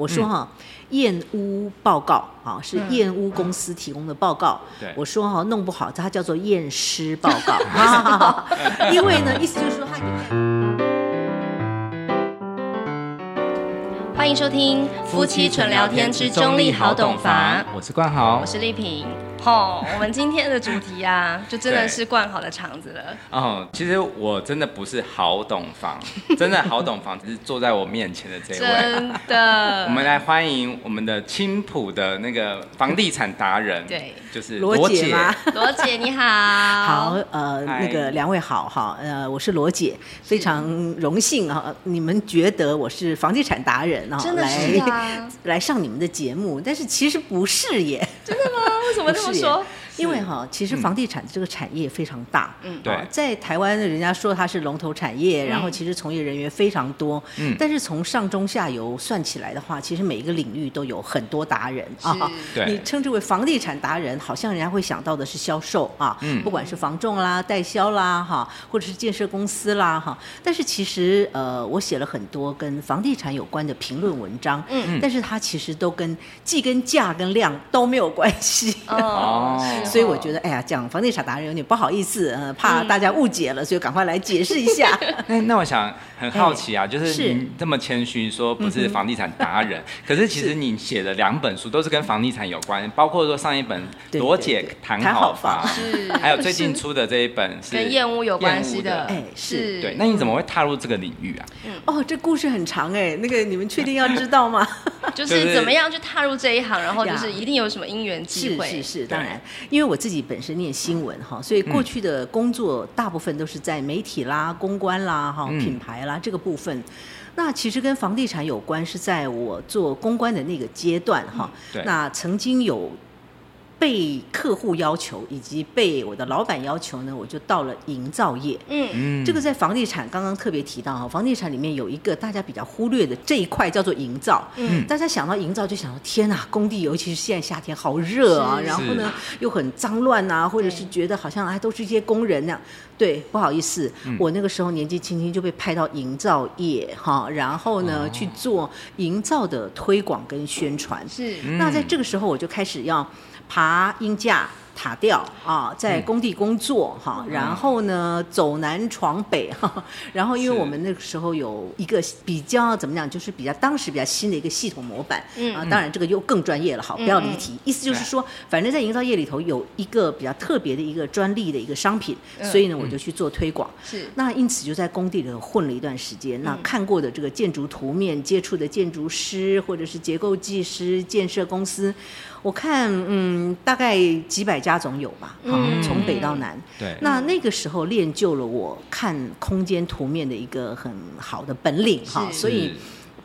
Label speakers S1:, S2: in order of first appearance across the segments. S1: 我
S2: 嗯
S1: 说哈，验屋报告啊，是验屋公司提供的报告。
S3: 对
S1: 我说哈，弄不好它叫做验尸报 告， 啊因为
S3: 嗯
S1: 呢，意思就是说它已经。
S2: 欢迎收听《夫妻纯聊天之中立好懂法》，
S3: 我是冠豪
S2: 我。是丽萍。吼、我们今天的主题啊，就真的是冠好的场子了。
S3: 哦，其实我真的不是好懂房，真的好懂房只是坐在我面前的这位。
S2: 真 的，
S3: 我们来欢迎我们的青浦的那个房地产达人，
S2: 对
S3: 就是
S1: 罗
S3: 罗
S1: 姐
S3: 姐
S1: 吗
S2: 罗姐你好，
S1: 好，，呃，那
S3: 嗨
S1: 个两位好哈，呃，我是罗姐，非常荣幸啊，你们觉得我是房地产达人啊，
S2: 真的是
S1: 来、
S2: 啊，
S1: 来上你们的节目，但是其实不是耶，
S2: 为什么这么
S1: 不是耶
S2: 说？
S1: 因为哈，其实
S3: 嗯
S1: 房地产这个产业非常大，嗯
S3: 对
S1: 在台湾人家说它是龙头产
S2: 嗯
S1: 业，然后其实从业人员非常多，
S3: 嗯
S1: 但是从上中下游算起来的话，其实每一个领域都有很多达人
S2: 是
S1: 啊。
S3: 对
S1: 你称之为房地产达人，好像人家会想到的是销售啊，
S3: 嗯
S1: 不管是房仲啦、代销啦，哈，或者是建设公司啦，哈。但是其实呃，我写了很多跟房地产有关的评论文章，
S2: 嗯
S3: 嗯
S1: 但是它其实都跟既跟价跟量都没有关系。
S2: 哦
S3: 哦
S2: 是
S1: 所以我
S2: 哦
S1: 觉得，哎呀，讲房地产达人有点不好意思，呃，怕大家误解了，所以赶快来解释一 下。
S3: 那那我想很好奇啊，就是
S1: 是
S3: 你这么谦虚说不是房地产达人， 可是其实你写的两本书都是跟房地产有关，包括说上一本
S1: 对
S3: 罗
S1: 对
S3: 姐
S1: 对
S3: 谈
S1: 谈好
S3: 好房，
S2: 是
S3: 还有最近出的这一本是
S2: 跟厌恶有关系
S3: 厌恶
S1: 哎是
S2: 是，
S3: 对，那你怎么会踏入这个领域啊？
S1: 哦，这故事很长哎，那个你们确定要知道吗？
S2: 就
S3: 就是
S2: 怎么样去踏入这一行，然后就
S1: 呀
S2: 是一定有什么因缘机
S1: 是
S2: 会，
S1: 是是，
S3: 对嗯
S1: 当然，因为我自己本身念新闻哈，所以过去的工作大部分都是在媒体啦、公关啦、哈
S3: 嗯
S1: 品牌啦这个部分。那其实跟房地产有关，是在我做公关的那个阶段哈。
S3: 嗯对
S1: 那曾经有被客户要求，以及被我的老板要求呢，我就到了营造业。
S2: 嗯，
S3: 嗯
S1: 这个在房地产刚刚特别提到哈，房地产里面有一个大家比较忽略的这一块叫做营造。
S2: 嗯
S1: 大家想到营造就想到天呐，工地尤其是现在夏天好热啊，
S2: 是
S1: 然后呢又很脏乱啊，或者是觉得好像哎都是一些工人那样。对，不好意思，
S2: 嗯
S1: 我那个时候年纪轻轻就被派到营造业哈，然后呢、
S2: 哦
S1: 去做营造的推广跟宣传。
S2: 是，
S1: 那在这个时候，我就开始要爬鹰架、塔吊啊，在工地工作哈、
S2: 嗯
S1: 然后呢走南闯北哈、 然后因为
S3: 是
S1: 我们那个时候有一个比较怎么讲，就是比较当时比较新的一个系统模板，
S2: 嗯
S1: 啊，当然这个又更专业了，好，不要离题。意思就是说，反正在营造业里头有一个比较特别的一个专利的一个商品，
S2: 嗯
S1: 所以呢我就去做推广。
S2: 是
S1: 那因此就在工地里头混了一段时
S2: 嗯
S1: 间。那看过的这个建筑图面，接触的建筑师或者是结构技师、建设公司，我看嗯，大概几百家总有吧，哈、
S2: 嗯
S1: 从北到南。
S3: 对
S1: 那那个时候练就了我看空间图面的一个很好的本领哈，
S2: 是
S1: 所以。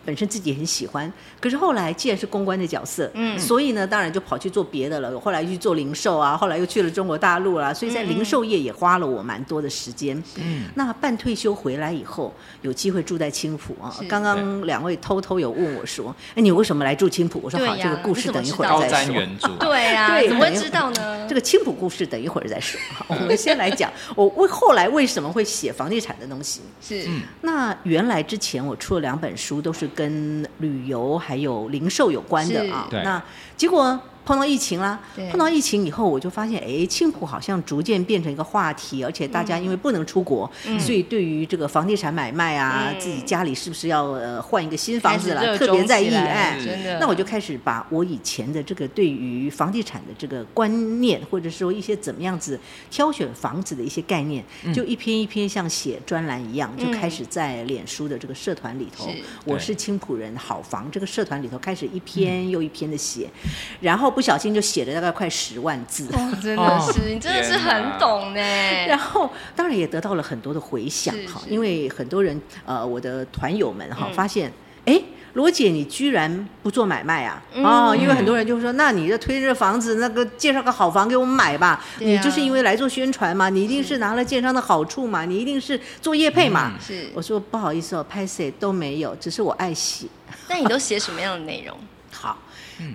S1: 本身自己很喜欢，可是后来既然是公关的角色，嗯，所以呢，当然就跑去做别的了。我后来去做零售啊，后来又去了中国大陆啦、啊所以在零
S2: 嗯
S1: 售业也花了我蛮多的时间。嗯，那半退休回来以后，有机会住在青浦啊
S2: 是。
S1: 刚刚两位偷偷有问我说：“哎，你为什么来住青浦？”我说：“
S2: 对
S1: 好，
S2: 呀
S1: 这个故事
S2: 你怎么
S1: 等一会
S2: 知道
S1: 儿
S3: 高
S1: 再说。”
S3: 瞻远瞩，
S2: 对啊，
S1: 对
S2: 怎么会
S1: 没有
S2: 知道呢？
S1: 这个青浦故事等一会儿再说， 好我们先来讲我为后来为什么会写房地产的东西。
S2: 是，
S1: 那原来之前我出了两本书，都是跟旅游还有零售有关的啊
S2: 是。
S3: 对
S1: 那结果碰到疫情啦
S2: 对，
S1: 碰到疫情以后，我就发现，哎，青浦好像逐渐变成一个话题，而且大
S2: 嗯
S1: 家因为不能出国，所以对于这个房地产买卖啊，
S2: 嗯
S1: 自己家里是不是要呃换一个新
S2: 开
S1: 房子
S2: 始热
S1: 了，特别
S2: 衷
S1: 在
S2: 起
S1: 意，
S2: 来
S1: 哎，
S2: 了真的。
S1: 那我就开始把我以前的这个对于房地产的这个观念，或者说一些怎么样子挑选房子的一些概念，就一篇一篇像写专栏一样，就开始在脸书的这个社团里头，
S2: 是
S1: 我是青浦人好房这个社团里头开始一篇又一篇的写，然后不小心就写了大概快十万字。
S2: 哇，真的
S3: 哦
S2: 是，你真的是
S3: 天哪
S2: 很懂呢。
S1: 然后当然也得到了很多的回响
S2: 是
S1: 哈，
S2: 哎是嗯
S1: 因为很多人呃，我的团友们哈、发现，哎，罗姐你居然不做买卖啊？
S2: 嗯
S1: 哦，因为很多人就说，那你这推着房子，那个介绍个好房给我们买吧，
S2: 对啊
S1: 你就是因为来做宣传嘛，你一定是拿了建商的好处
S2: 嗯
S1: 嘛，你一定是做业配嘛。
S2: 是
S1: 我说不好意思哦，拍谁都没有，只是我爱写。
S2: 那你都写什么样的内容？
S1: 好，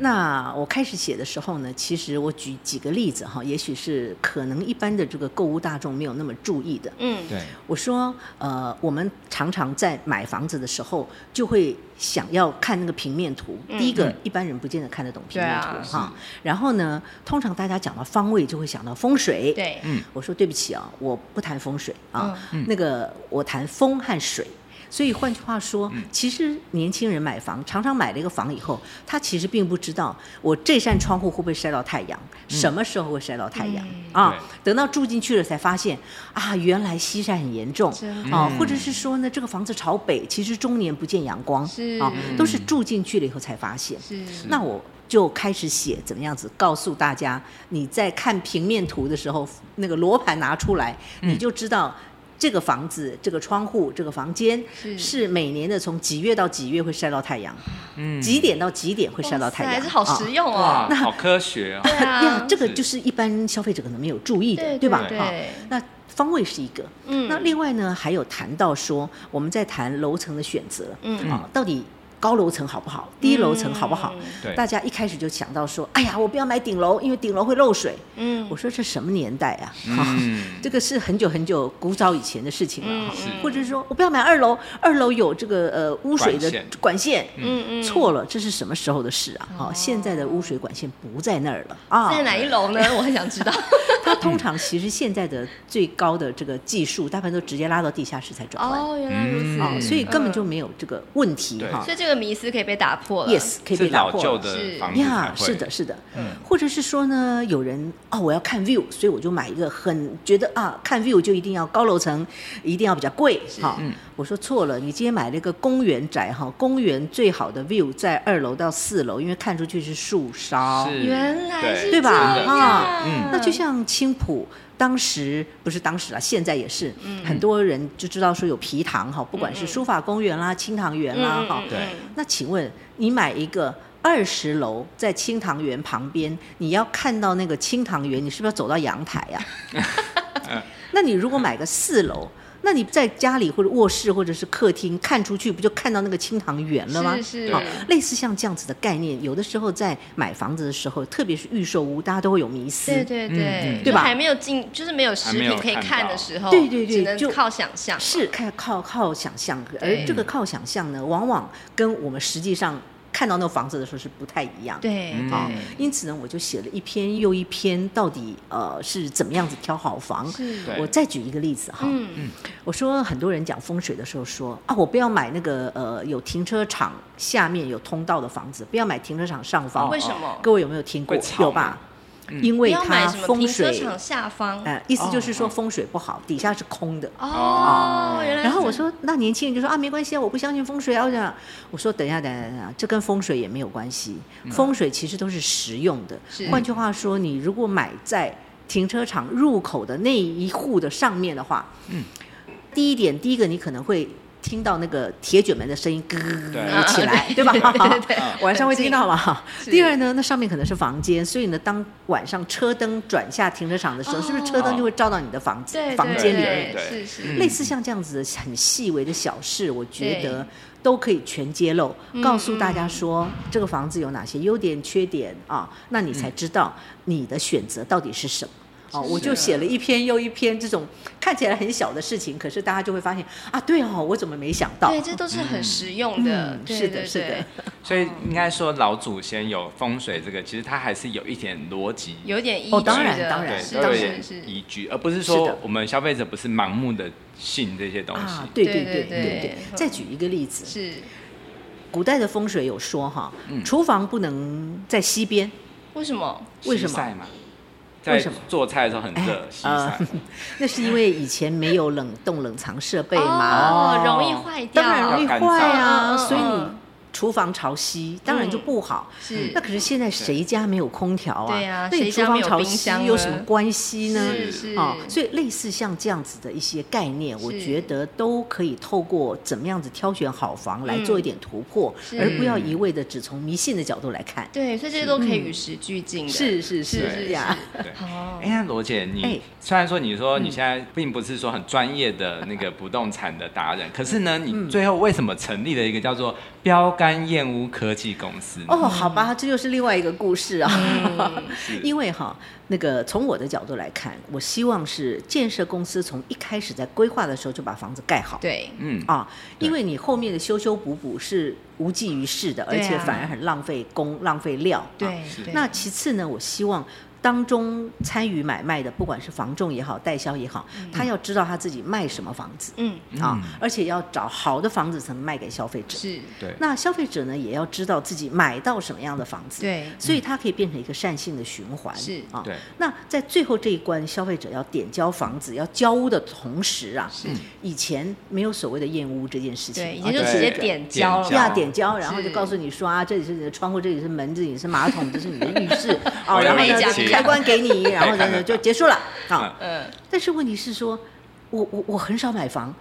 S1: 那我开始写的时候呢，其实我举几个例子哈，也许是可能一般的这个购物大众没有那么注意的。
S2: 嗯，
S3: 对，
S1: 我说，呃，我们常常在买房子的时候，就会想要看那个平面图。
S2: 嗯
S1: 第一个
S3: 嗯，
S1: 一般人不见得看得懂平面
S2: 对啊
S1: 图哈、然后呢，通常大家讲到方位，就会想到风水。
S2: 对，
S3: 嗯
S1: 我说对不起啊、我不谈风水啊、
S3: 嗯嗯
S1: 那个我谈风和水。所以换句话说，
S3: 嗯
S1: 其实年轻人买房，常常买了一个房以后，他其实并不知道我这扇窗户会不会晒到太阳，
S3: 嗯
S1: 什么时候会晒到太阳、啊？等到住进去了才发现啊，原来西晒很严重
S2: 真
S3: 的
S1: 啊，或者是说呢，这个房子朝北，其实终年不见阳光
S2: 是
S1: 啊，都
S3: 嗯
S1: 是住进去了以后才发现。
S2: 是，
S1: 那我就开始写怎么样子告诉大家，你在看平面图的时候，那个罗盘拿出来，
S2: 嗯
S1: 你就知道。这个房子、这个窗户、这个房间
S2: 是
S1: 是每年的从几月到几月会晒到太阳，
S3: 嗯
S1: 几点到几点会晒到
S2: 哇
S1: 太
S2: 塞
S1: 阳，
S2: 还是好实
S1: 啊哎
S2: 用
S3: 哇
S2: 哦。，
S3: 好 科学哦，
S2: 对
S1: 呀
S2: 啊，，
S1: 这个
S3: 是
S1: 就是一般消费者可能没有注意的，
S2: 对
S1: 吧？
S2: 对
S1: 啊，那方位是一个，
S2: 嗯，
S1: 那另外呢还有谈到说我们在谈楼层的选择，
S2: 嗯
S1: 啊，到底高楼层好不好，低楼层好不好？
S2: 嗯
S3: 对
S1: 大家一开始就想到说，哎呀，我不要买顶楼，因为顶楼会漏水。
S2: 嗯
S1: 我说这什么年代啊？哈
S3: 嗯，
S1: 这个是很久很久古早以前的事情了哈
S2: 嗯是，
S1: 或者是说我不要买二楼，二楼有这个呃污水的
S3: 管线
S1: 管线，
S2: 嗯嗯，哦
S1: 错了，这是什么时候的事啊？哈，现在的污水管线不在那儿了啊，
S2: 在哪一楼呢？我很想知道。
S1: 它通常其实现在的最高的这个技术，大部分都直接拉到地下室才转弯，
S2: 哦，原来如 此，
S1: 哦，所以根本就
S2: 嗯
S1: 没有这个问题
S3: 对
S1: 哈
S2: 所。以这个迷思可以被打破了。
S1: Yes，可以
S3: 是
S1: 被打
S3: 老
S1: 破
S3: 旧
S1: 了。
S3: 的
S2: 是
S3: 房子才
S1: 呀，
S3: 会嗯
S1: 是的，，是的，或者是说呢，有人哦，我要看 view，所以我就买一个很觉得啊，看 view 就一定要高楼层，一定要比较贵哈、
S3: 嗯
S1: 我说错了，你今天买了一个公园宅哈，公园最好的 view 在二楼到四楼，因为看出去是树梢。
S3: 是
S2: 原来
S3: 对
S2: 是
S1: 对吧
S2: 这样
S1: 啊
S3: 嗯
S1: 那就像青浦。当时不是当时啊，现在也是、
S3: 嗯
S1: 很多人就知道说有皮塘哈，不管是书法公园啦、青塘园啦
S2: 嗯
S1: 哈、
S2: 嗯
S3: 对
S2: 嗯
S1: 那请问你买一个二十楼在清塘园旁边，你要看到那个清塘园，你是不是要走到阳台呀、那你如果买个四楼，那你在家里或者卧室或者是客厅看出去，不就看到那个清塘园了吗？
S2: 是是
S1: 好，类似像这样子的概念，有的时候在买房子的时候，特别是预售屋，大家都会有迷思。
S2: 对对对
S3: 嗯，
S1: 对吧
S2: 就还没有进，就是没有
S3: 还
S2: 实
S3: 没有
S2: 品可以
S3: 看
S2: 看
S3: 到
S2: 的时候，
S1: 对对对
S2: 只
S1: 就
S2: 能靠想象。
S1: 是靠靠靠想象，而
S2: 对
S1: 这个靠想象呢，往往跟我们实际上看到那个房子的时候是不太一样的。
S2: 对
S3: 嗯
S1: 啊
S2: 对，
S1: 因此呢，我就写了一篇又一篇，到底呃是怎么样子挑好房。
S2: 是
S3: 对
S1: 我再举一个例子哈，
S2: 嗯
S1: 我说很多人讲风水的时候说啊，我不要买那个呃有停车场下面有通道的房子，不要买停车场上方。
S2: 为什么
S1: 各位有没有听过
S3: 会？吵
S1: 有吧？
S3: 嗯
S1: 因
S2: 哦不
S1: 为
S2: 要买
S1: 它
S2: 什么
S1: 风
S2: 停车
S1: 水，
S2: 场下方？
S1: 呃，意思就是说
S3: 哦哦
S1: 风水不好，底下是空的。
S2: 哦，原来
S1: 然后
S2: 是
S1: 我说，那年轻人就说啊，没关系啊，我不相信风水啊。我想，我说等一下，等一下，等一下，这跟风水也没有关系。风水其实都是实用的
S2: 嗯是。
S1: 换句话说，你如果买在停车场入口的那一户的上面的话，嗯，第一点，第一个你可能会。听到那个铁卷门的声音，咯咯咯咯咯
S3: 对
S1: 起来，对吧？
S2: 对对对， 嗯
S1: 晚上会听到嘛？
S2: 是
S1: 第二呢，那上面可能是房间，所以呢，当晚上车灯转下停车场的时候，
S2: 哦
S1: 是不是车灯就会照到你的房子
S2: 对对
S1: 房间里面
S2: 对
S3: 对
S2: 是是，
S3: 嗯
S1: 类似像这样子很细微的小事，我觉
S2: 对嗯
S1: 得都可以全揭露，告诉大家说这个房子有哪些优点、缺点啊，那你才知道你的选择到底是什么。哦，
S2: 嗯是
S1: 我就写了一篇又一篇这种看起来很小的事情，可是大家就会发现啊，对哦，我怎么没想到？
S2: 对，这都是很实用的，
S1: 嗯
S2: 对
S1: 是的
S2: 对
S1: 是的
S2: 对
S3: 所以应该说老祖先有风水这个，其实它还是有一点逻辑，
S2: 有点依
S1: 哦
S2: 据
S1: 当然
S2: 的
S1: 当然
S2: 是
S3: 对，都有
S1: 当
S3: 一
S1: 然
S3: 点
S2: 是是
S3: 依据，而不是
S1: 是
S3: 说
S1: 的
S3: 我们消费者不是盲目的信这些东西
S1: 啊，。对
S2: 对
S1: 对
S2: 对
S1: 对对
S2: 对
S1: 对。
S2: 嗯
S1: 再举一个例子，
S2: 是，
S1: 古代的风水有说哈，
S2: 嗯
S1: 厨房不能在西边，
S2: 为什么？
S1: 为什么
S3: 西晒嘛，
S1: 为
S3: 在
S1: 什么
S3: 做菜的时候很热，西晒。
S1: 哎呃 那是因为以前没有冷冻冷藏设备嘛。
S2: 哦
S3: 哦，
S2: 容易坏掉，
S1: 呃当然容易
S3: 要干
S1: 坏
S2: 燥
S1: 啊，
S2: 嗯嗯
S1: 所以你
S2: 嗯
S1: 厨房朝西，当然就不好。
S3: 嗯
S2: 是
S1: 嗯那可是现在谁家没有空调啊？
S2: 对呀
S1: 那你
S2: 谁
S1: 厨
S2: 家
S1: 房
S2: 没有
S1: 朝
S2: 冰
S1: 西
S2: 箱
S1: 有
S2: 呢
S1: 什么关系呢？
S2: 是是
S1: 啊、所以类似像这样子的一些概念，我
S2: 是
S1: 觉得都可以透过怎么样子挑选好房来做一点突破，
S2: 是
S1: 而不要一味的只从迷信的角度来看。
S2: 对，所以这些都可以与时俱进的。，
S1: 嗯是是
S2: 是
S1: 是
S3: 是
S1: 是呀，
S3: 对，
S2: 哦嗯
S3: 哎，那罗姐，你
S1: 哎
S3: 虽然说你说你现在并不是说很
S2: 嗯
S3: 专业的那个不动产的达人，可是呢，你最后为什么成立了一个叫做标杆干燕屋科技公司。
S1: 哦，好吧，这又是另外一个故事啊。
S2: 嗯
S3: 是
S1: 因为哈，那个从我的角度来看，我希望是建设公司从一开始在规划的时候就把房子盖好。
S2: 对，
S3: 嗯，
S1: 啊，
S3: 对
S1: 因为你后面的修修补补是无济于事的，而
S2: 对啊
S1: 且反而很浪费工、浪费料。啊
S2: 对
S3: 是，
S2: 对
S1: 那其次呢，我希望当中参与买卖的，不管是房仲也好、代销也好，他要知道他自己卖什么房子、
S2: 嗯，
S1: 啊
S3: 嗯，
S1: 而且要找好的房子才能卖给消费者。
S2: 是，
S3: 对，
S1: 那消费者呢，也要知道自己买到什么样的房子。。
S2: 对，
S1: 所以它可以变成一个善性的循环，
S2: 是
S1: 啊。
S3: 对
S1: 那在最后这一关，消费者要点交房子、要交屋的同时啊，
S2: 是
S1: 以前没有所谓的验屋这件事情，
S2: 对，以
S1: 啊
S2: 前就
S3: 对
S2: 直接
S3: 对
S2: 点
S3: 点
S2: 交了
S3: 交
S1: 对啊，
S2: 嘛，
S1: 点交，然后就是告诉你说啊，这里是你的窗户，这里是门，这里是马桶，这是你的浴 室啊，
S3: 我
S1: 然
S3: 要
S1: 后
S2: 买一
S1: 呢
S2: 家
S1: 开关给你，然后
S3: 看
S1: 呢
S3: 得
S1: 就
S3: 到
S1: 结束了啊。
S2: 嗯，
S1: 但是问题是说，我我我很少买房，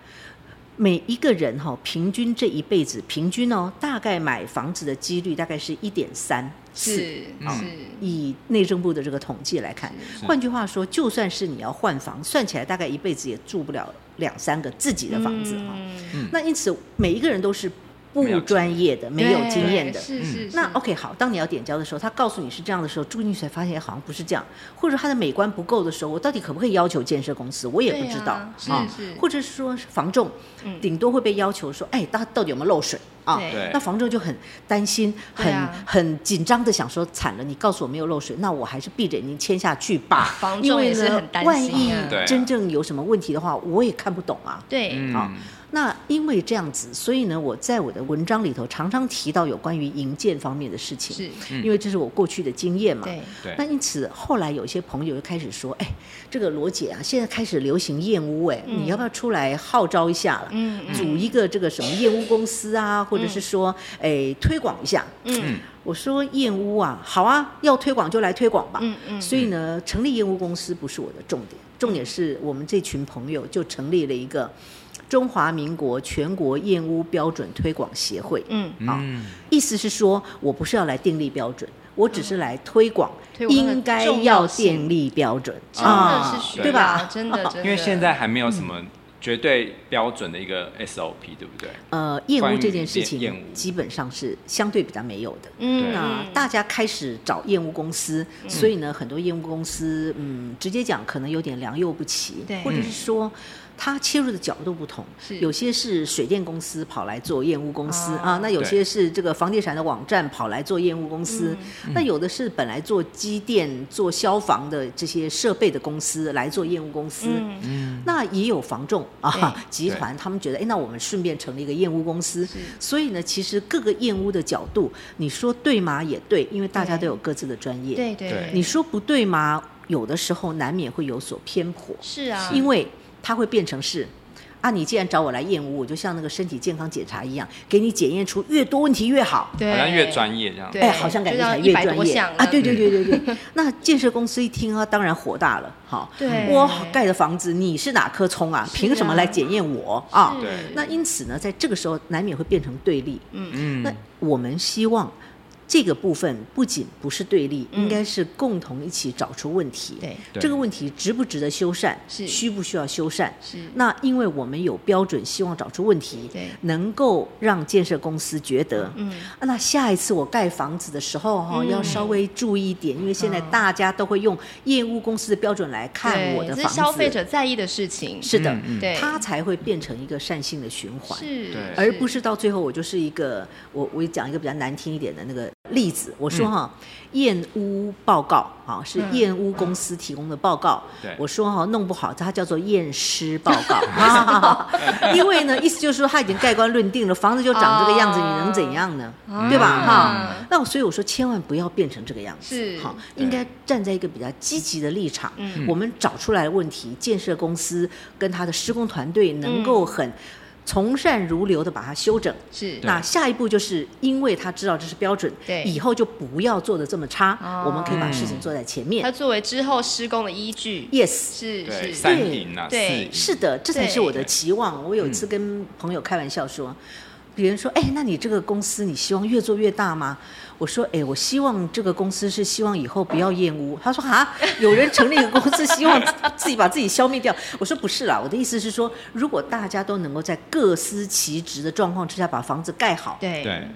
S1: 每一个人哈、平均这一辈子平均哦，大概买房子的几率大概是一点三四。
S2: 是
S3: 嗯
S2: 是，
S1: 以内政部的这个统计来看，
S3: 是
S1: 换句话说，就算是你要换房，算起来大概一辈子也住不了两三个自己的房子哦哈、
S2: 嗯
S3: 嗯
S1: 那因此，每一个人都是
S3: 没有
S1: 不
S3: 经
S1: 专业的，没有
S2: 对
S1: 经验的。
S2: 是
S3: 嗯
S2: 是，
S1: 那
S2: 是
S1: OK 好，当你要点交的时候，他告诉你是这样的时候，住进去才发现好像不是这样，或者他的美观不够的时候，我到底可不可以要求建设公司？我也
S2: 对
S1: 不知道
S2: 啊是是
S1: 或者是说是房仲，
S2: 嗯
S1: 顶多会被要求说，哎，他到底有没有漏水啊？
S2: 对
S3: 对
S1: 那房仲就很担心，
S2: 对
S1: 很、
S2: 啊
S1: 很紧张的想说，惨了，你告诉我没有漏水，那我还是闭着眼睛签下去吧。
S2: 房
S1: 因
S2: 仲
S1: 为
S2: 也是
S1: 呢
S2: 很担
S1: 万
S2: 心
S1: 一
S2: 啊
S3: 对啊
S1: 真正有什么问题的话，我也看不懂啊。
S2: 对，
S1: 啊
S3: 嗯，
S1: 那因为这样子，所以呢，我在我的文章里头常常提到有关于营建方面的事情，
S2: 是，
S1: 因为这是我过去的经验嘛。
S2: 嗯
S3: 对
S2: 对，
S1: 那因此，后来有一些朋友就开始说：“哎，这个罗姐啊，现在开始流行燕屋，哎、你要不要出来号召一下了？
S2: 嗯嗯
S1: 组一个这个什么燕屋公司啊，或者是说，哎，推广一下。”
S2: 嗯
S1: 我说：“燕屋啊，好啊，要推广就来推广吧。
S2: 嗯嗯，
S1: 所以呢，成立业务公司不是我的重点，重点是我们这群朋友就成立了一个中华民国全国燕屋标准推广协会。
S2: 嗯
S1: 啊，
S3: 嗯
S1: 意思是说我不是要来订立标准，我只是来推广
S2: 嗯推，广它的
S1: 应该
S2: 重
S1: 要
S2: 要性
S1: 订立标准
S2: 真的
S1: 啊
S2: 是，需要，
S1: 对吧？
S2: 真的真的，
S3: 因为现在还没有
S2: 嗯
S3: 什么绝对标准的一个 SOP，对不对？
S1: 呃，燕屋这件事
S3: 关于燕
S1: 情
S3: 燕屋
S1: 基本上是相对比较没有的。
S2: 嗯，
S1: 那
S2: 嗯
S1: 大家开始找燕屋公司，所以呢，很多燕屋公司，嗯，直接讲可能有点良莠不齐
S2: 对，
S1: 或者是说。它切入的角度不同
S2: 是，
S1: 有些是水电公司跑来做燕屋公司、
S2: 哦
S1: 啊，那有些是这个房地产的网站跑来做燕屋公司，
S2: 嗯
S1: 那有的是本来做机电、做消防的这些设备的公司来做燕屋公司，
S2: 嗯
S1: 那也有房仲啊
S2: 对
S1: 集团，他们觉得，哎，那我们顺便成立一个燕屋公司
S2: 是。
S1: 所以呢，其实各个燕屋的角度，你说对吗？也对，因为大家
S2: 对
S1: 都有各自的专业。
S2: 对对对，
S1: 你说不对吗？有的时候难免会有所偏颇，
S2: 是啊，
S1: 因为它会变成是。啊，你既然找我来燕屋，我就像那个身体健康检查一样，给你检验出越多问题越好。
S2: 对，
S3: 好像越专业这样。嗯
S2: 对
S1: 哎，好像感觉才越
S2: 就要100
S1: 专
S2: 多
S1: 业
S2: 项了
S1: 啊！对对对对 对，那建设公司一听啊，当然火大了。好，
S2: 对
S1: 我盖的房子你是哪棵葱啊？
S2: 啊
S1: 凭什么来检验我啊？
S2: 是
S3: 对
S1: 那因此呢，在这个时候难免会变成对立。
S3: 嗯
S1: 那我们希望这个部分不仅不是对立，
S2: 嗯
S1: 应该是共同一起找出问题。
S2: 对
S3: 对
S1: 这个问题值不值得修缮，
S2: 是
S1: 需不需要修缮？
S2: 是
S1: 那因为我们有标准，希望找出问题
S2: 对，
S1: 能够让建设公司觉得，
S2: 嗯
S1: 啊那下一次我盖房子的时候哈、
S2: 嗯
S1: 要稍微注意一点，因为现在
S2: 嗯
S1: 大家都会用业务公司的标准来看
S2: 对
S1: 我的
S2: 这
S1: 房子，
S2: 是消费者在意的事情，
S1: 是的，
S3: 嗯嗯
S2: 对，
S1: 它才会变成一个善性的循环。
S2: 是
S3: 对，
S1: 而不是到最后我就是一个我我讲一个比较难听一点的那个例子，我说哈，
S3: 嗯
S1: 燕屋报告啊是
S2: 嗯
S1: 燕屋公司提供的报告，
S3: 对
S1: 我说哈弄不好它叫做验尸报 告 啊，因为呢意思就是说它已经盖棺论定了，房子就长这个样子，你
S2: 哦
S1: 能怎样呢？
S2: 啊
S1: 对吧
S3: 嗯
S1: 哈？那我所以我说千万不要变成这个样子，
S2: 是
S1: 好，
S3: 对
S1: 应该站在一个比较积极的立场，
S2: 嗯
S1: 我们找出来的问题，建设公司跟他的施工团队
S2: 嗯
S1: 能够很从善如流的把它修整。
S2: 是
S1: 那下一步就是因为他知道这是标准，
S2: 对
S1: 以后就不要做的这么差，
S2: 哦
S1: 我们可以把事情做在前面
S2: 它。作为之后施工的依据，
S1: yes，
S2: 是
S3: 对，
S2: 是
S3: 三赢啊，四
S2: 对
S3: 赢
S1: 是的，这才是我的期望。我有一次跟朋友开玩笑说，别人说：“哎，那你这个公司你希望越做越大吗？”我说：“哎，我希望这个公司是希望以后不要厌恶。”他说：“啊，有人成立一个公司，希望自己把自己消灭掉。”我说：“不是啦，我的意思是说，如果大家都能够在各司其职的状况之下把房子盖好，
S2: 对
S3: 对，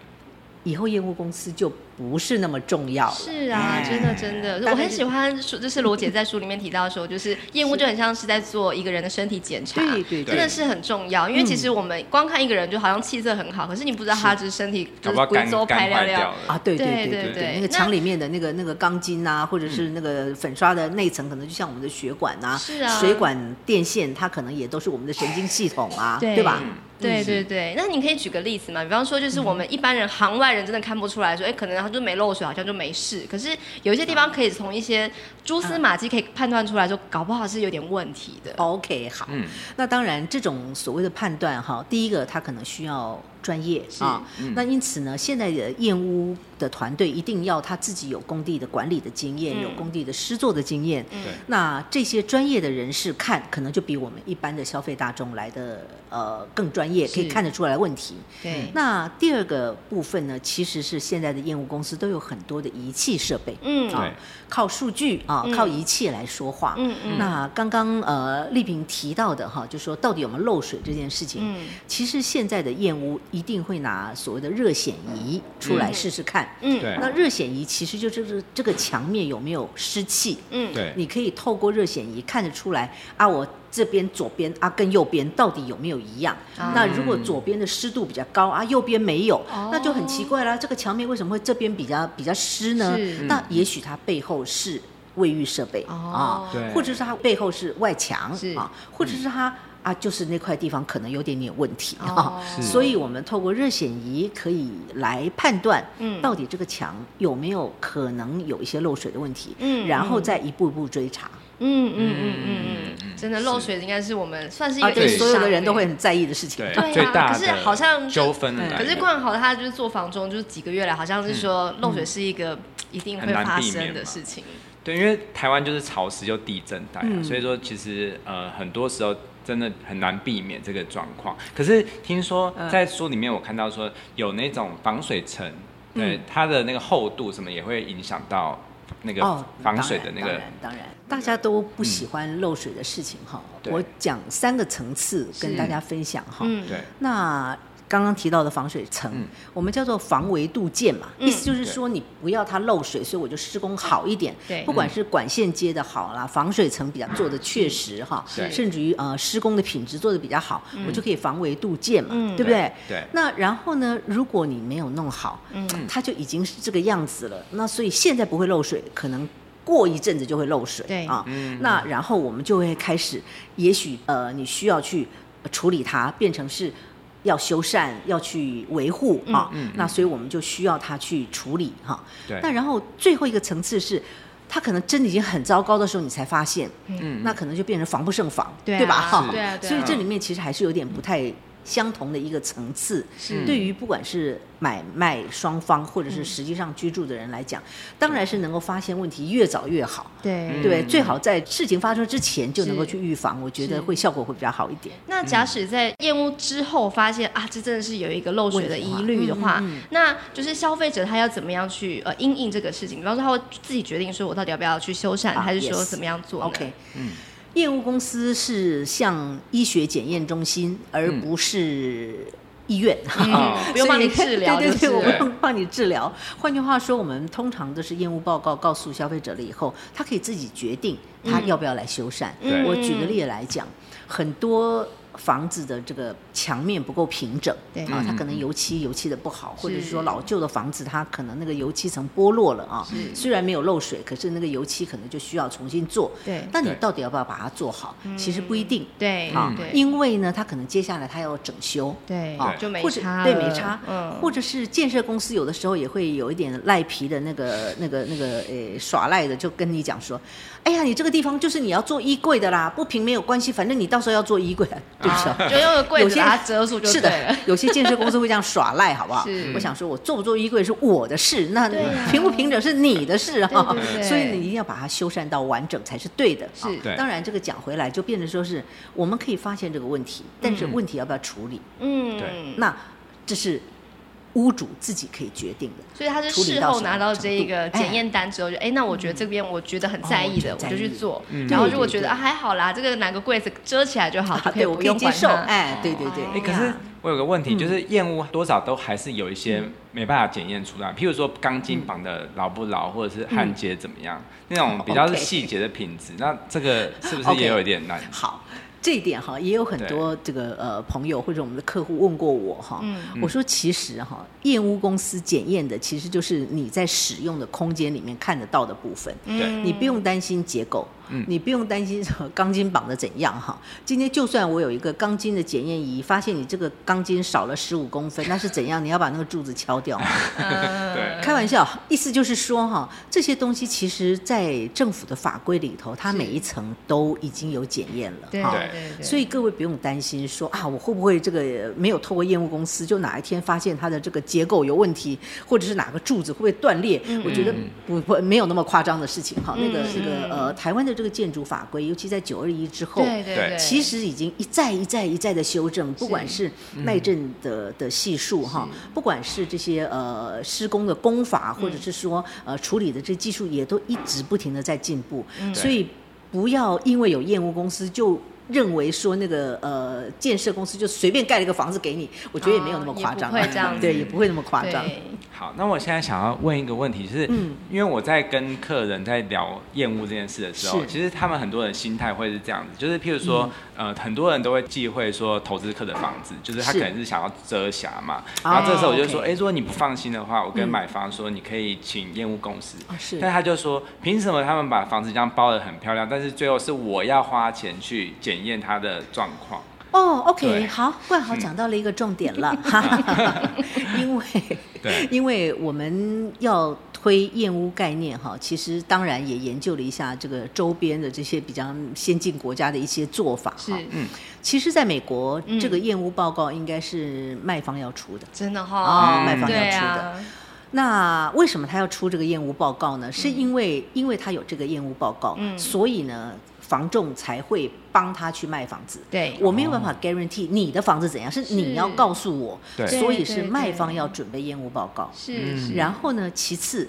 S1: 以后业务公司就不是那么重要了。
S2: 是啊，
S3: 哎
S2: 真的真的，
S1: 大概
S2: 我很
S1: 就
S2: 喜欢书，就是罗姐在书里面提到说，就是业务就很像是在做一个人的身体检查，
S1: 对对对
S2: 真的是很重要，因为其实我们光看一个人就好像气色很好，可是你不知道他就是身体
S3: 搞
S2: 就是
S3: 不好
S2: 贵
S3: 肝
S2: 州
S3: 肝
S2: 排尿
S3: 坏掉
S2: 尿，
S1: 啊，
S3: 了。
S1: 对
S2: 对
S1: 对
S2: 对对
S1: 那个
S2: 那嗯
S1: 墙里面的那个那个钢筋啊，或者是那个粉刷的内层，可能就像我们的血管啊、
S2: 是啊
S1: 水管、电线，它可能也都是我们的神经系统啊，
S2: 对
S1: 吧？
S2: 对对对，那你可以举个例子嘛？比方说，就是我
S1: 嗯
S2: 们一般人、行外人真的看不出来说，哎，可能他就没漏水，好像就没事。可是有一些地方可以从一些蛛丝马迹可以判断出来说，搞不好是有点问题的。
S1: OK，好，
S3: 嗯
S1: 那当然，这种所谓的判断哈，第一个他可能需要专业
S2: 是
S1: 啊、
S3: 嗯
S1: 那因此呢，现在的燕屋的团队一定要他自己有工地的管理的经验，
S2: 嗯
S1: 有工地的施作的经验。
S3: 对，
S1: 那这些专业的人士看，可能就比我们一般的消费大众来的呃更专业，
S2: 是
S1: 可以看得出来问题。
S2: 对，
S1: 那第二个部分呢，其实是现在的燕屋公司都有很多的仪器设备，
S2: 嗯
S1: 啊
S3: 对，
S1: 靠数据啊，
S2: 嗯
S1: 靠仪器来说话。
S2: 嗯嗯
S1: 那刚刚呃丽萍提到的哈，就说到底有没有漏水这件事情，
S2: 嗯
S1: 其实现在的燕屋一定会拿所谓的热显仪出来
S2: 嗯
S1: 试试看。
S2: 嗯
S3: 对
S1: 那热显仪其实就是这个墙面有没有湿气，
S2: 嗯，
S3: 对，
S1: 你可以透过热显仪看得出来啊，我这边左边啊跟右边到底有没有一样？
S2: 啊
S1: 那如果左边的湿度比较高啊，右边没有，
S2: 哦
S1: 那就很奇怪啦。这个墙面为什么会这边比较比较湿呢
S2: 是？
S1: 那也许它背后是卫浴设备、
S2: 哦
S1: 啊
S3: 对，
S1: 或者是它背后是外墙
S2: 是
S1: 啊，或者是它。啊，就是那块地方可能有点点问题
S2: 哦
S1: 啊，
S3: 是
S1: 所以我们透过热显仪可以来判断，
S2: 嗯
S1: 到底这个墙有没有可能有一些漏水的问题，
S2: 嗯
S1: 然后再一步一步追查。
S2: 嗯嗯嗯嗯
S3: 嗯
S2: 嗯，真的
S3: 是
S2: 漏水应该是我们算是一
S1: 啊，
S2: 个
S1: 对，
S2: 硬
S1: 所有
S2: 伤
S1: 的人
S2: 欸
S1: 都会很在意的事情。
S3: 对
S2: 对啊
S3: 最大
S2: 可
S3: 的
S2: 是好像
S3: 纠纷的
S1: 对
S3: 来
S2: 可是
S3: 源
S2: 冠豪他就是做房中，就是几个月来，好像是说漏水是一个嗯一定会
S3: 很难
S2: 发
S3: 避免
S2: 生的
S3: 嘛
S2: 事情。
S3: 对，因为台湾就是潮湿又地震带、啊，
S1: 嗯
S3: 所以说其实呃很多时候真的很难避免这个状况。可是听说
S1: 嗯
S3: 在书里面我看到说有那种防水层，对、
S1: 嗯
S3: 它的那个厚度什么也会影响到那个
S1: 哦，
S3: 防水的那
S1: 当
S3: 个嗯
S1: 然，当然当然，大家都不喜欢漏水的事情哈。
S3: 对
S1: 我讲三个层次跟大家分享哈。
S2: 嗯，
S3: 对，
S1: 那刚刚提到的防水层，
S3: 嗯
S1: 我们叫做防围度件嘛，
S2: 嗯
S1: 意思就是说你不要它漏水，所以我就施工好一点。
S2: 对
S1: 不管是管线接的好啦，防水层比较做的确实哈，
S2: 嗯
S3: 对
S1: 甚至于呃施工的品质做的比较好，我就可以防围度件嘛，
S2: 嗯
S1: 对不对？
S3: 对对
S1: 那然后呢，如果你没有弄好，
S2: 嗯
S1: 它就已经是这个样子了。那所以现在不会漏水，可能。过一阵子就会漏水，
S2: 对
S1: 啊，
S3: 嗯
S1: 那然后我们就会开始，也许呃，你需要去处理它，变成是要修缮、要去维护
S3: 嗯
S1: 啊。那所以我们就需要它去处理哈、
S3: 对
S1: 那然后最后一个层次是。它可能真的已经很糟糕的时候，你才发现，
S3: 嗯
S1: 那可能就变成防不胜防，
S2: 对啊
S1: 吧？哈，
S3: 是
S2: 对啊对啊
S1: 所以这里面其实还是有点不太相同的一个层次。
S2: 是嗯
S1: 对于不管是买卖双方，或者是实际上居住的人来讲，当然是能够发现问题越早越好。
S2: 对
S3: 嗯
S1: 对，最好在事情发生之前就能够
S2: 是
S1: 去预防，我觉
S2: 是
S1: 得会效果会比较好一点。
S2: 那假使在验屋之后发现啊，这真的是有一个漏水的疑虑的话，
S1: 问题
S2: 嗯那就是消费者他要怎么样去呃因应这个事情？比方说他会自己决定说我到底要不要去修缮，
S1: 啊
S2: 还是说
S1: yes
S2: 怎么样做呢
S1: OK，业
S2: 嗯
S1: 务公司是像医学检验中心，而不是医院。
S3: 哦
S2: 嗯啊不用帮你
S1: 所以
S2: 治疗
S1: 对
S2: 就
S1: 对对，
S2: 是
S1: 我不
S2: 了
S1: 用帮你治疗。换句话说，我们通常都是验屋报告告诉消费者了以后，他可以自己决定他要不要来修缮。
S2: 嗯
S3: 对
S1: 我举个例子来讲，很多。房子的这个墙面不够平整，
S2: 对
S1: 啊，它
S3: 嗯
S1: 可能油漆油漆的不好，或者是
S2: 是
S1: 说老旧的房子它可能那个油漆层剥落了啊，虽然没有漏水，可是那个油漆可能就需要重新做。
S2: 对
S1: 但你
S3: 对
S1: 到底要不要把它做好，其实不一定。
S2: 对
S1: 啊
S2: 对，
S1: 因为呢，他可能接下来他要整修，
S2: 对
S1: 啊，
S2: 就没
S1: 或者
S2: 差
S1: 对
S2: 了
S1: 没差，
S2: 嗯
S1: 或者是建设公司有的时候也会有一点赖皮的那个、那个、那个，诶、耍赖的，就跟你讲说，哎呀，你这个地方就是你要做衣柜的啦，不平没有关系，反正你到时候要做衣柜，对不起、
S2: 啊就用个柜
S1: 有
S2: 子
S1: 些
S2: 把它遮住就是对了
S1: 的。，有些建设公司会这样耍赖，好不好
S2: 是？
S1: 我想说，我做不做衣柜是我的事，那
S2: 对呀
S1: 平不平整是你的事啊哈
S2: 对对对，
S1: 所以你一定要把它修缮到完整才是对的。
S2: 是
S1: 啊
S3: 对
S1: 当然这个讲回来就变成说是我们可以发现这个问题，但是问题要不要处理，
S2: 嗯
S3: 对，
S1: 那这是屋主自己可以决定的。
S2: 所以他是
S1: 处理
S2: 事
S1: 到
S2: 后
S1: 什么
S2: 拿到
S1: 程
S2: 这一
S1: 度
S2: 个
S1: 哎嗯
S2: 检验单之后，就哎，那我觉得这边我觉得很在意的，
S1: 哦
S2: 我
S1: 我就在意
S2: 就去做。
S3: 嗯
S2: 然后
S1: 对
S2: 如果
S1: 对
S2: 觉得哎
S1: 对
S2: 啊还好啦，这个拿个柜子遮起来就好，就
S1: 啊
S2: 可以
S1: 对，我
S2: 不
S1: 可以
S2: 用
S1: 接
S2: 管
S1: 受，
S2: 它。
S1: 哎，对对对
S2: 哦。
S3: 哎、可是
S1: 呀嗯
S3: 我有个问题，就是厌恶多少都还是有一些没办法检验出来，譬如说钢
S1: 嗯
S3: 筋绑的牢不牢，或者是焊接怎么样，那种比较是
S1: 哦 OK
S3: 细节的品质，那这个是不是
S1: OK
S3: 也有一点难？
S1: 好，这一点哈，也有很多这个呃朋友或者我们的客户问过我哈。
S2: 嗯
S1: 我说其实哈，验屋公司检验的其实就是你在使用的空间里面看得到的部分。
S2: 嗯
S3: 对
S1: 你不用担心结构，
S3: 嗯
S1: 你不用担心什么钢筋绑的怎样哈。今天就算我有一个钢筋的检验仪，发现你这个钢筋少了十五公分，那是怎样？你要把那个柱子敲掉吗？
S3: 对
S1: 开玩笑，意思就是说哈，这些东西其实在政府的法规里头，它
S2: 是
S1: 每一层都已经有检验
S2: 对
S1: 了哈。
S2: 对对对，
S1: 所以各位不用担心说啊，我会不会这个呃没有透过验屋公司，就哪一天发现它的这个结构有问题，或者是哪个柱子会不会断裂？我觉得不不没有那么夸张的事情哈。那个
S2: 嗯
S1: 那个呃，台湾的这个建筑法规，尤其在九二一之后。
S2: 对对
S3: 对
S2: 对，
S1: 其实已经一再一再一再的修正，不管是耐震的、的系数哈，不管是这些呃施工的工法，或者是说
S2: 嗯
S1: 呃处理的这技术，也都一直不停的在进步。所以不要因为有验屋公司就。认为说那个呃建设公司就随便盖了一个房子给你，我觉得也没有那么夸张、啊
S2: 哦也不会这样子
S1: 对，也不会那么夸张。
S2: 对
S3: 好，那我现在想要问一个问题，就是、
S1: 嗯
S3: 因为我在跟客人在聊厌恶这件事的时候，
S1: 是嗯
S3: 其实他们很多人心态会是这样子，就是譬如说，呃，很多人都会忌讳说投资客的房子，就是他
S1: 是
S3: 可能是想要遮瑕嘛。
S1: 哦
S3: 然后这时候我就说，哎、
S1: OK
S3: 如果你不放心的话，我跟买方说，你可以请厌恶公司。
S1: 啊是
S3: 但他就说，凭什么他们把房子这样包得很漂亮，但是最后是我要花钱去检验它的状 况？
S1: 哦，OK，
S3: 对嗯
S1: 好，冠豪讲到了一个重点了，哈哈哈， 因为
S3: 对
S1: 因为我们要推燕屋概念哈，其实当然也研究了一下这个周边的这些比较先进国家的一些做法
S2: 是
S1: 哈。其实，在美国，
S2: 嗯
S1: 这个燕屋报告应该是卖方要出的。
S2: 真的
S1: 哦
S2: 哈，
S1: 卖
S3: 方要
S2: 对
S1: 出的
S2: 啊，
S1: 那为什么他要出这个厌恶报告呢？是因为、因为他有这个厌恶报告，
S2: 嗯
S1: 所以呢，房仲才会帮他去卖房子。
S2: 对哦
S1: 我没有办法 guarantee 你的房子怎样，是你要告诉我，
S3: 对
S1: 所以是
S2: 对对
S1: 卖方
S2: 对
S1: 要准备厌恶报告。
S2: 是是，
S1: 然后呢，其次。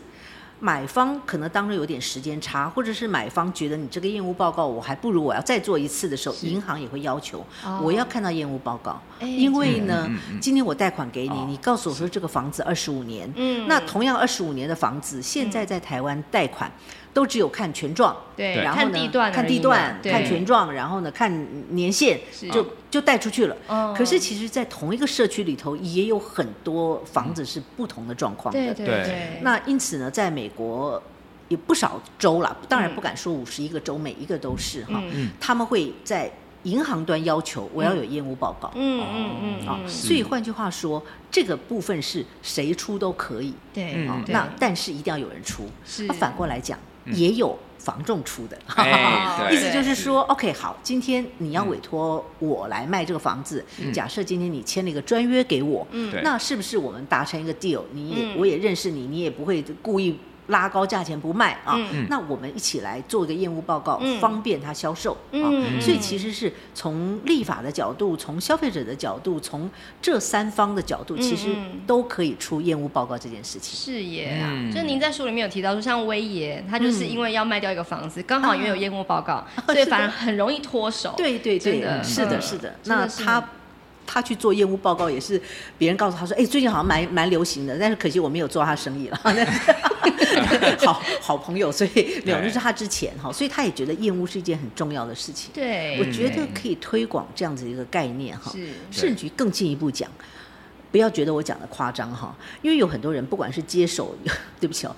S1: 买方可能当中有点时间差，或者是买方觉得你这个验屋报告，我还不如我要再做一次的时候，银行也会要求、
S2: 哦
S1: 我要看到验屋报告，
S2: 哎
S1: 因为呢，
S3: 嗯嗯嗯
S1: 今天我贷款给你，
S3: 哦
S1: 你告诉我说这个房子二十五年，
S2: 嗯
S1: 那同样二十五年的房子，现在在台湾贷款。都只有看权状，
S2: 对
S1: 然后呢，
S2: 看地段而已嘛
S1: 看地段，
S2: 对
S1: 看权状，然后呢，看年限
S2: 是，
S1: 就就贷出去了。
S2: 哦
S1: 可是其实，在同一个社区里头，也有很多房子是不同的状况的。
S2: 对对
S3: 对
S2: 对，
S1: 那因此呢，在美国有不少州啦，当然
S2: 嗯
S1: 不敢说五十一个州每一个都是哈，
S2: 嗯
S1: 他们会在银行端要求我要有验屋报告。
S2: 嗯嗯嗯
S1: 啊，
S2: 嗯，
S1: 所以换句话说，这个部分是谁出都可以，
S2: 对
S3: 嗯
S1: 啊
S3: 嗯，
S1: 那
S2: 对
S1: 但是一定要有人出。
S2: 是
S1: 那反过来讲，也有房仲出的，
S3: 哎，
S2: 嗯对嗯
S1: 意思就是说，OK，好，今天你要委托我来卖这个房子，假设今天你签了一个专约给我，
S2: 嗯
S3: 对
S1: 那是不是我们达成一个 deal？你也、
S2: 嗯
S1: 我也认识你，你也不会故意拉高价钱不卖啊。
S2: 嗯
S1: 那我们一起来做一个验屋报告，
S2: 嗯
S1: 方便他销售、
S2: 嗯
S1: 啊。所以其实是从立法的角度、从消费者的角度、从这三方的角度，其实
S2: 嗯
S1: 都可以出验屋报告这件事情。
S2: 视野啊，
S3: 嗯
S2: 就是您在书里面有提到说，像威爷，他就是因为要卖掉一个房
S1: 嗯
S2: 子，刚好因为有验屋报告， 所以反而很容易脱手。
S1: 啊对对
S2: 真
S1: 对
S2: 的，
S1: 是
S2: 嗯
S1: 的，是的。
S2: 真的
S1: 那
S2: 是
S1: 他他去做业务报告也是别人告诉他说，哎，最近好像蛮蛮流行的，但是可惜我没有做他生意了。 但是好好朋友，所以没有，
S3: 对
S1: 就是他之前哈，所以他也觉得厌恶是一件很重要的事情。
S2: 嗯对，
S1: 我觉得可以推广这样子一个概念哈，
S2: 是
S1: 甚至于更进一步讲。不要觉得我讲的夸张哈，因为有很多人不管是接手， 对不起哦，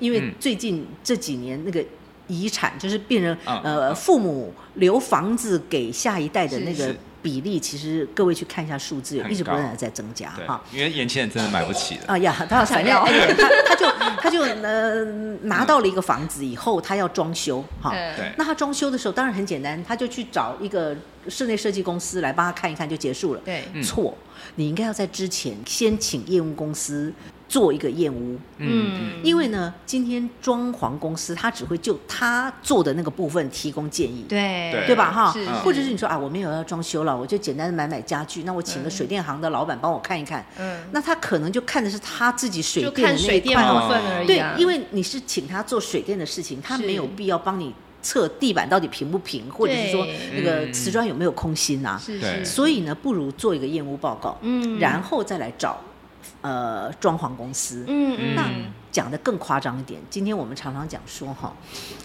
S1: 因为
S3: 嗯
S1: 最近这几年那个遗产就是变成、
S3: 嗯
S1: 呃父母留房子给下一代的
S2: 是
S1: 那个
S3: 是
S1: 比例，其实各位去看一下数字，
S3: 很
S1: 一直不断
S3: 高
S1: 的在增加
S3: 对
S1: 哈。，
S3: 因为年轻人真的买不起了。
S1: 啊呀，他
S2: 想
S1: 反正
S2: 要
S1: 哎对他他就他就呃拿到了一个房子以后，他要装修哈。
S2: 嗯
S3: 对
S1: 那他装修的时候当然很简单，他就去找一个室内设计公司来帮他看一看就结束了。
S2: 对
S3: 嗯
S1: 错，你应该要在之前先请验屋公司做一个验屋，
S2: 嗯，
S1: 因为呢，今天装潢公司他只会就他做的那个部分提供建议。
S2: 对
S3: 对
S1: 对吧？哈
S2: 是，
S1: 或者是你说啊，我没有要装修了，我就简单的买买家具，那我请个水电行的老板帮我看一看，
S2: 嗯，
S1: 那他可能就看的是他自己水
S2: 就
S1: 电
S2: 看
S1: 的那一
S2: 水电
S1: 块
S3: 嘛
S1: 哦
S2: 部分而已
S1: 对
S2: 啊。，嗯
S1: 因为你是请他做水电的事情，他
S2: 是
S1: 没有必要帮你测地板到底平不平，或者是说
S2: 对
S1: 那个
S3: 嗯
S1: 瓷砖有没有空心啊。
S2: 是
S3: 对
S2: 是，
S1: 所以呢，不如做一个验屋报告，
S2: 嗯
S1: 然后再来找呃装潢公司。
S2: 嗯嗯
S1: 那讲的更夸张一点，今天我们常常讲说哈，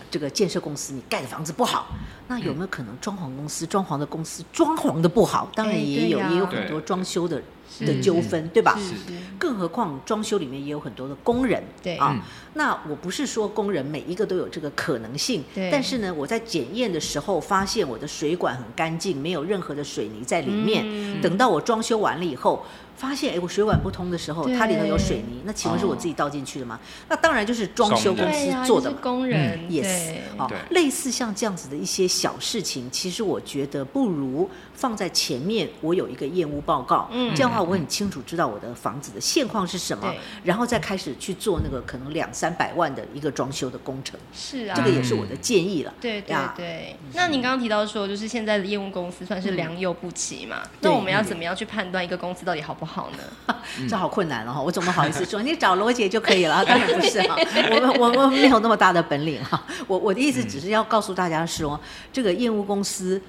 S1: 这个建设公司你盖的房子不好，那有没有可能装潢公司、装潢的公司装潢的不好？当然
S2: 哎
S1: 也
S2: 对
S1: 有，
S2: 呀
S1: 也有很多装修的
S2: 是
S1: 的纠纷，对吧？
S2: 是
S3: 是
S2: 是，
S1: 更何况装修里面也有很多的工人，
S2: 对
S1: 啊
S3: 嗯，
S1: 那我不是说工人每一个都有这个可能性，
S2: 对
S1: 但是呢，我在检验的时候发现我的水管很干净，没有任何的水泥在里面。
S2: 嗯
S1: 等到我装修完了以后，发现哎，我水管不通的时候，
S2: 对
S1: 它里头有水泥，那请问是我自己倒进去的吗？那当然就是装修公
S2: 对呀，
S1: 司做
S2: 就
S1: 的
S2: 是
S1: 嘛。
S2: 工人
S1: ，yes，
S2: 对
S1: 哦
S3: 对，
S1: 类似像这样子的一些小事情，其实我觉得不如放在前面，我有一个验屋报告，
S2: 嗯
S1: 这样的话我很清楚知道我的房子的现况是什么
S2: 对，
S1: 然后再开始去做那个可能两三百万的一个装修的工程，
S2: 是啊，
S1: 这个也是我的建议了。
S2: 对对
S1: 呀
S2: 对，
S3: 嗯
S2: 那您刚刚提到说，就是现在的业务公司算是良莠不齐嘛？那
S1: 嗯对
S2: 我们要怎么样去判断一个公司到底好不好呢？嗯
S1: 这好困难了、哦、哈，我怎么好意思 说你找罗姐就可以了？当然不是哈、我们我们没有那么大的本领哈、我
S2: 嗯
S1: 我的意思只是要告诉大家说，这个业务公司。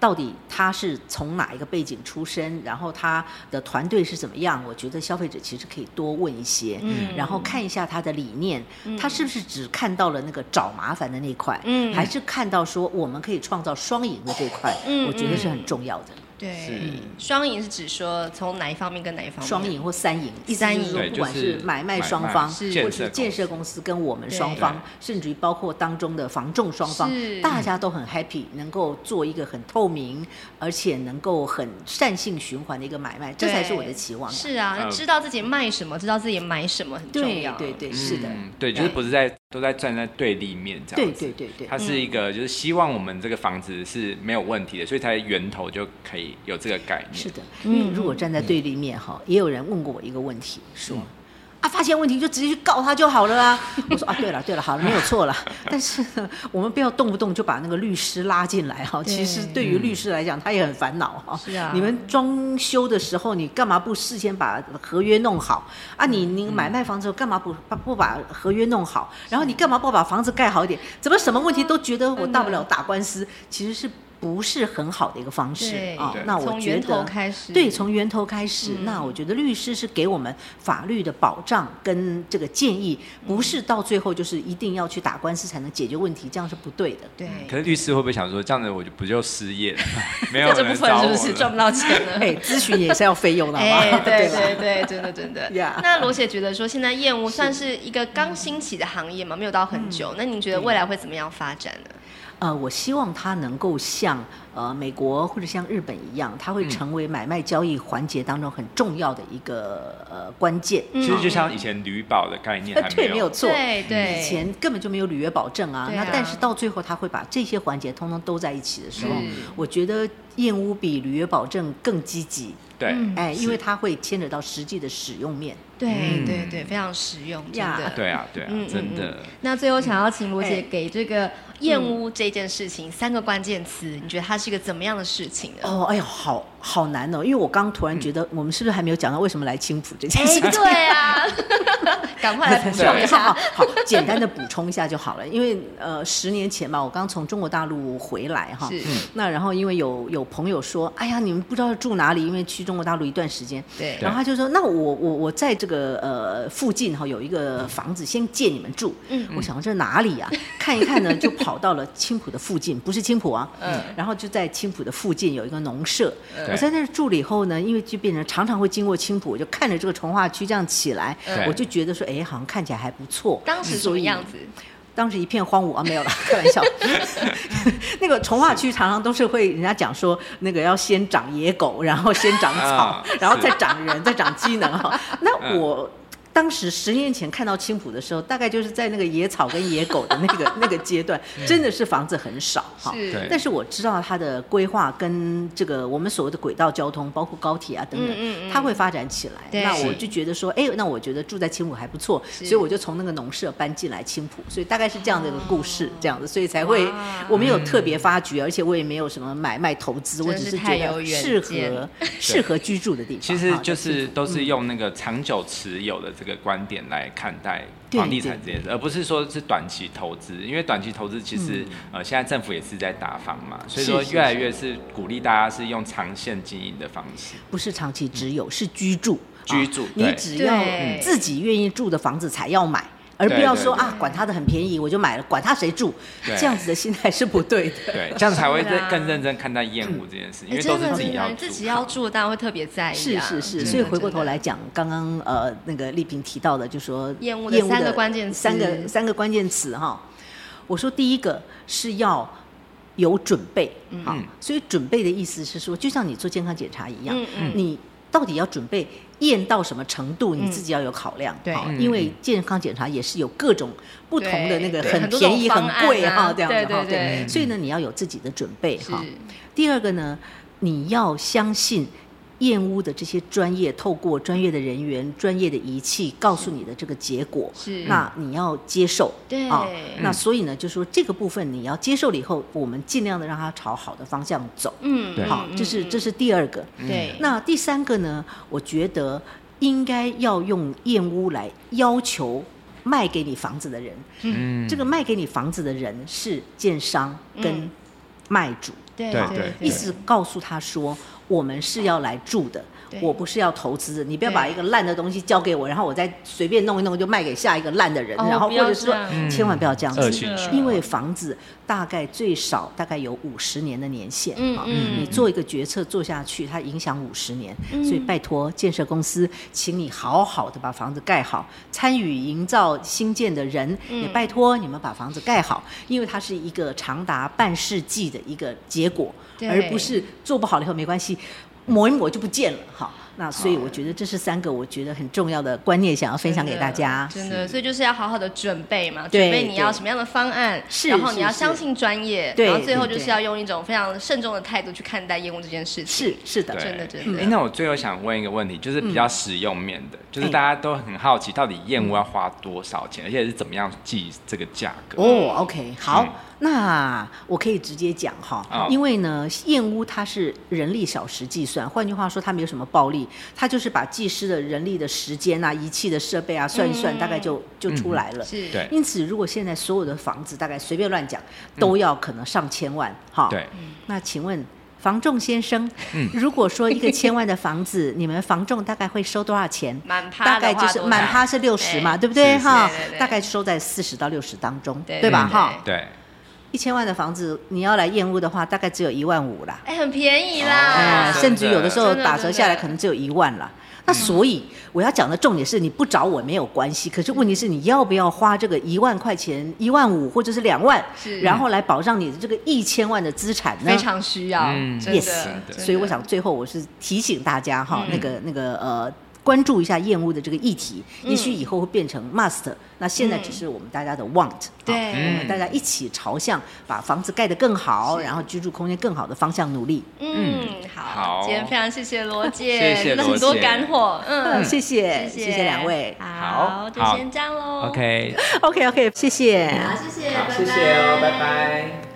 S1: 到底他是从哪一个背景出身，然后他的团队是怎么样？我觉得消费者其实可以多问一些，
S2: 嗯
S1: 然后看一下他的理念，他是不是只看到了那个找麻烦的那块，
S2: 嗯
S1: 还是看到说我们可以创造双赢的这块？
S2: 嗯
S1: 我觉得是很重要的。
S2: 对
S3: 是，
S2: 双赢是指说从哪一方面跟哪一方面？
S1: 双赢或三赢，意思
S2: 三
S1: 就
S2: 赢
S1: 是说
S3: 对
S1: 不管
S3: 就是
S1: 是买卖
S3: 买
S1: 双
S3: 卖
S1: 方，
S2: 是
S1: 或
S3: 建
S1: 者是
S3: 设
S1: 建设公司跟我们双方
S3: 对，
S1: 甚至于包括当中的房仲双方
S2: 是，
S1: 大家都很 happy，能够做一个很透明，而且能够很善性循环的一个买卖，这才是我的期望啊。
S2: 是啊，
S3: 呃
S2: 知道自己卖什么，知道自己买什么很重
S1: 对
S2: 要。
S1: 对对，是的，
S3: 嗯对，就是不是在都在站在对立面这
S1: 对
S3: 样子。
S1: 对对对
S3: 它。是一个，就是希望我们这个房子是没有问题的，所以它的源头就可以有这个概念。
S1: 是的，嗯因为如果站在对立面哈，也有人问过我一个问题，说。啊，发现问题就直接去告他就好了啊！我说啊，对了对了，好了，没有 错了。但是呢，我们不要动不动就把那个律师拉进来哈。
S2: 对
S1: 其实对嗯于律师来讲，他也很烦恼哈。
S2: 是啊
S1: 你们装修的时候，你干嘛不事先把合约弄好啊？你你买卖房子干嘛不不不把合约弄好？然后你干嘛不把房子盖好一点？怎么什么问题都觉得我大不了打官司？其实是不是很好的一个方式
S2: 对
S1: 啊
S3: 对？
S1: 那我
S2: 从
S1: 觉
S2: 源
S1: 得
S2: 头开始。嗯
S1: 对，从源头开始。那我觉得律师是给我们法律的保障跟这个建议，不是到最后就是一定要去打官司才能解决问题，这样是不对的。
S2: 对，
S3: 可是律师会不会想说，这样子我就不就失业了？ 没有
S2: 在这部
S3: 人找
S2: 分
S3: 我
S2: 是
S3: 了
S2: 不是赚不到钱了？
S1: 哎，咨询也是要费用的，好吧？
S2: 哎 对
S1: 吧？
S2: 对对，真的真的
S1: Yeah。
S2: 那罗姐觉得说，现在燕窝算是一个
S1: 嗯
S2: 刚兴起的行业嘛，没有到很久。那您觉得未来会怎么样发展呢？
S1: 呃，我希望它能够像呃美国或者像日本一样，它会成为买卖交易环节当中很重要的一个呃关键。呃
S2: 嗯
S3: 其实就像以前旅保的概念还
S1: 对，没有错。
S2: 对对，
S1: 以前根本就没有履约保证啊，
S2: 对啊
S1: 那但是到最后他会把这些环节通通都在一起的时候
S2: 是，
S1: 我觉得验屋比履约保证更积极，
S3: 对，
S2: 嗯
S1: 哎，
S3: 是
S1: 因为它会牵扯到实际的使用面。
S2: 对
S3: 嗯
S2: 对对，非常实用，真
S1: 呀
S2: 的。
S3: 对啊，对啊，
S2: 嗯嗯
S3: 真的。
S2: 那最后想要请罗姐
S1: 哎
S2: 给这个燕
S1: 嗯
S2: 屋这件事情三个关键词，你觉得它是一个怎么样的事情呢？
S1: 哦，哎呦，好好难哦，因为我刚突然觉得，我们是不是还没有讲到为什么来青浦这件事
S2: 嗯
S1: 情？
S2: 哎， 对啊，赶快来补充一
S1: 好
S2: 下。
S1: 好，简单的补充一下就好了。因为呃，十年前吧，我刚从中国大陆回来哈，
S3: 嗯
S2: 是，
S1: 那然后因为有有朋友说，哎呀，你们不知道住哪里，因为去中国大陆一段时间，
S2: 对
S1: 然后他就说，那我我我在这个呃附近哈、有一个房子，先借你们住。
S2: 嗯
S1: 我想这哪里 呀、看一看呢，就跑到了青浦的附近，不是青浦啊。
S2: 嗯
S1: 然后就在青浦的附近有一个农舍，
S3: 对
S1: 我在那儿住了以后呢，因为就变成常常会经过青浦，我就看着这个从化区这样起来
S3: 对，
S1: 我就觉得说，哎，好像看起来还不错。
S2: 嗯当时什
S1: 嗯所
S2: 么
S1: 以
S2: 样子？
S1: 当时一片荒芜啊，没有了， 开玩笑。那个从化区常常都是会人家讲说，那个要先长野狗，然后先长草，
S3: 啊
S1: 然后
S3: 是
S1: 再长人，再长机能 哈。那
S3: 嗯
S1: 我。当时十年前看到青浦的时候，大概就是在那个野草跟野狗的那个 那个阶段，
S3: 嗯
S1: 真的是房子很少哈。
S2: 是
S3: 对，
S1: 但是我知道它的规划跟这个我们所谓的轨道交通，包括高铁啊等等，
S2: 嗯嗯嗯
S1: 它会发展起来。
S2: 对
S1: 那我就觉得说，哎，那我觉得住在青浦还不错，
S2: 是
S1: 所以我就从那个农舍搬进来青浦，所以大概是这样的一个故事，这样子，所以才会
S2: 啊哇
S1: 我没有特别发掘，而且我也没有什么买卖投资，我
S2: 真
S1: 只
S2: 是
S1: 是
S2: 太
S1: 觉得
S2: 有远
S1: 适
S2: 见
S1: 合适合
S2: 啊
S1: 居住的地方。
S3: 其实
S1: 哈
S3: 就
S2: 嗯
S1: 在青
S3: 是
S1: 浦
S3: 都是用那个长久持有的这个观点来看待
S1: 对
S3: 房地产这件事，而不是说是短期投资，因为短期投资其实、
S2: 嗯
S3: 呃现在政府也是在打房嘛，所以
S1: 是
S3: 说
S1: 是
S3: 越来越是鼓励大家是用长线经营的方式。
S1: 不是长期持有，是居住。
S3: 居住
S1: 啊你
S3: 对
S1: 只要
S2: 对
S1: 自己愿意住的房子才要买，而不要说
S3: 对对
S1: 啊，管它的很便宜，我就买了，管它谁住，
S3: 对
S1: 这样子的心态是不对的。
S3: 对，这样才会
S2: 是啊
S3: 认更认真看待厌恶这件事，因为
S2: 哎
S3: 都
S2: 真的
S3: 是自己要
S2: 真的
S3: 住
S2: 自己要住，当然会特别在意
S1: 是
S2: 啊。
S1: 是是，
S2: 真的
S1: 所以回过头，
S2: 真
S1: 来
S2: 的
S1: 讲，刚刚呃那个丽萍提到的，就说
S2: 厌恶的三个关键词
S1: 三个三个关键词哈。我说第一个是要有准备，
S2: 嗯
S1: 好，
S3: 嗯
S1: 所以准备的意思是说，就像你做健康检查一样
S2: 嗯，嗯
S1: 你到底要准备验到什么程度，你自己要有考量，
S2: 对
S1: 好
S3: 嗯
S1: 因为健康检查也是有各种不同的那个
S2: 对
S1: 很
S2: 很多
S1: 便宜、
S2: 种
S1: 很
S2: 方案
S1: 贵
S2: 啊
S1: 哈，这样子
S2: 对
S1: 哈，
S2: 对对
S1: 所以
S3: 嗯
S1: 呢，你要有自己的准备哈
S2: 是。
S1: 第二个呢，你要相信燕屋的这些专业，透过专业的人员、专业的仪器告诉你的这个结果，
S2: 是
S1: 那你要接受，
S2: 对
S1: 啊
S2: 嗯
S1: 那所以呢，就说这个部分你要接受了以后，我们尽量的让它朝好的方向走，
S2: 嗯，
S3: 对
S2: 嗯
S1: 好，这是这是第二个。
S2: 对。
S1: 那第三个呢，我觉得应该要用燕屋来要求卖给你房子的人，
S3: 嗯
S1: 这个卖给你房子的人是建商跟
S2: 嗯
S1: 卖主。
S2: 对
S3: 对
S2: 对
S3: 对，
S1: 一直告诉他说，我们是要来住的
S2: 对，
S1: 我不是要投资的。你不要
S2: 对
S1: 把一个烂的东西交给我，然后我再随便弄一弄就卖给下一个烂的人，
S2: 哦
S1: 然后
S2: 不
S1: 或
S2: 要
S1: 者是说
S2: 这样
S1: 千万不要这样
S3: 嗯恶
S1: 子
S3: 性循，
S1: 因为房子大概最少大概有五十年的年限
S2: 嗯
S1: 啊。
S2: 嗯
S1: 你做一个决策做下去，它影响五十年，所以拜托建设公司，请你好好的把房子盖好，参与营造新建的人
S2: 嗯
S1: 也拜托你们把房子盖好，因为它是一个长达半世纪的一个结果，
S2: 对
S1: 而不是做不好了以后没关系，抹一抹就不见了哈。那所以我觉得这是三个我觉得很重要的观念，想要分享给大家。
S2: 真的，真的所以就是要好好的准备嘛，
S1: 对
S2: 准备你要
S1: 对
S2: 什么样的方案，
S1: 是
S2: 然后
S1: 是
S2: 你要
S1: 是
S2: 相信专业，
S1: 对
S2: 然后最后
S1: 对
S2: 就是
S1: 对
S2: 要用一种非常慎重的态度去看待厌恶这件事情。
S1: 是是的，
S3: 对
S2: 真的真的嗯
S3: 哎，那我最后想问一个问题，就是比较实用面的，就是
S1: 哎
S3: 大家都很好奇，到底燕窝要花多少钱，而且是怎么样计这个价格？
S1: 哦、o k 好，
S3: 嗯
S1: 那我可以直接讲哈，
S3: 哦
S1: 因为呢，燕屋它是人力小时计算，换句话说，它没有什么暴力，它就是把技师的人力的时间啊、仪器的设备啊算一算，大概就就出来了。
S2: 是，
S3: 嗯对嗯
S1: 因此，如果现在所有的房子大概随便乱讲，都要可能上千万哈。
S3: 对，
S1: 那请问房仲先生，
S3: 嗯
S1: 如果说一个千万的房子， 你们房仲大概会收多少钱？
S2: 满趴
S1: 大
S2: 的
S1: 概
S2: 话
S1: 就是
S2: 多
S1: 满
S2: 少
S1: 趴是六十
S2: 对
S1: 嘛，对不对
S3: 是是
S1: 哈
S2: 对对？对
S1: 大概收在四十到六十当中，
S2: 对
S1: 对吧
S3: 对
S1: 哈？
S3: 对，
S1: 一千万的房子，你要来验屋的话，大概只有一万五啦，
S2: 哎，很便宜
S1: 哎
S2: 啦，
S3: 哦是
S1: 甚至有的时候
S2: 真的嗯
S1: 打折下来
S2: 真的
S1: 可能只有一万啦。那所以我要讲的重点是你不找我没有关系，可是问题是你要不要花这个一万块钱、一万五或者是两万
S2: 是，
S1: 然后来保障你的这个一千万的资产呢？
S2: 非常需要，
S3: 嗯
S2: 真
S1: Yes，
S3: 真。
S2: 的
S3: 的
S2: 真
S1: 所以
S2: 的嗯
S1: 我想最后我是提醒大家哈，那个那个呃。关注一下厌恶的这个议题，
S2: 嗯
S1: 也许以后会变成 must、那现在只是我们大家的 want，、
S2: 对
S1: 好我们大家一起朝向把房子盖得更好，然后居住空间更好的方向努力。
S2: 嗯，好，
S3: 好
S2: 今天非常谢谢罗姐，
S3: 谢 谢
S2: 真的
S3: 罗
S2: 很多
S3: 姐
S2: 干货，嗯，
S1: 谢谢，
S2: 谢
S1: 谢两位。
S2: 好，
S3: 好
S2: 就
S3: 好
S2: 先这样喽
S3: OK，
S1: OK OK，谢谢。
S2: 好，谢谢，
S3: 好，
S2: 拜
S3: 谢谢哦，拜拜。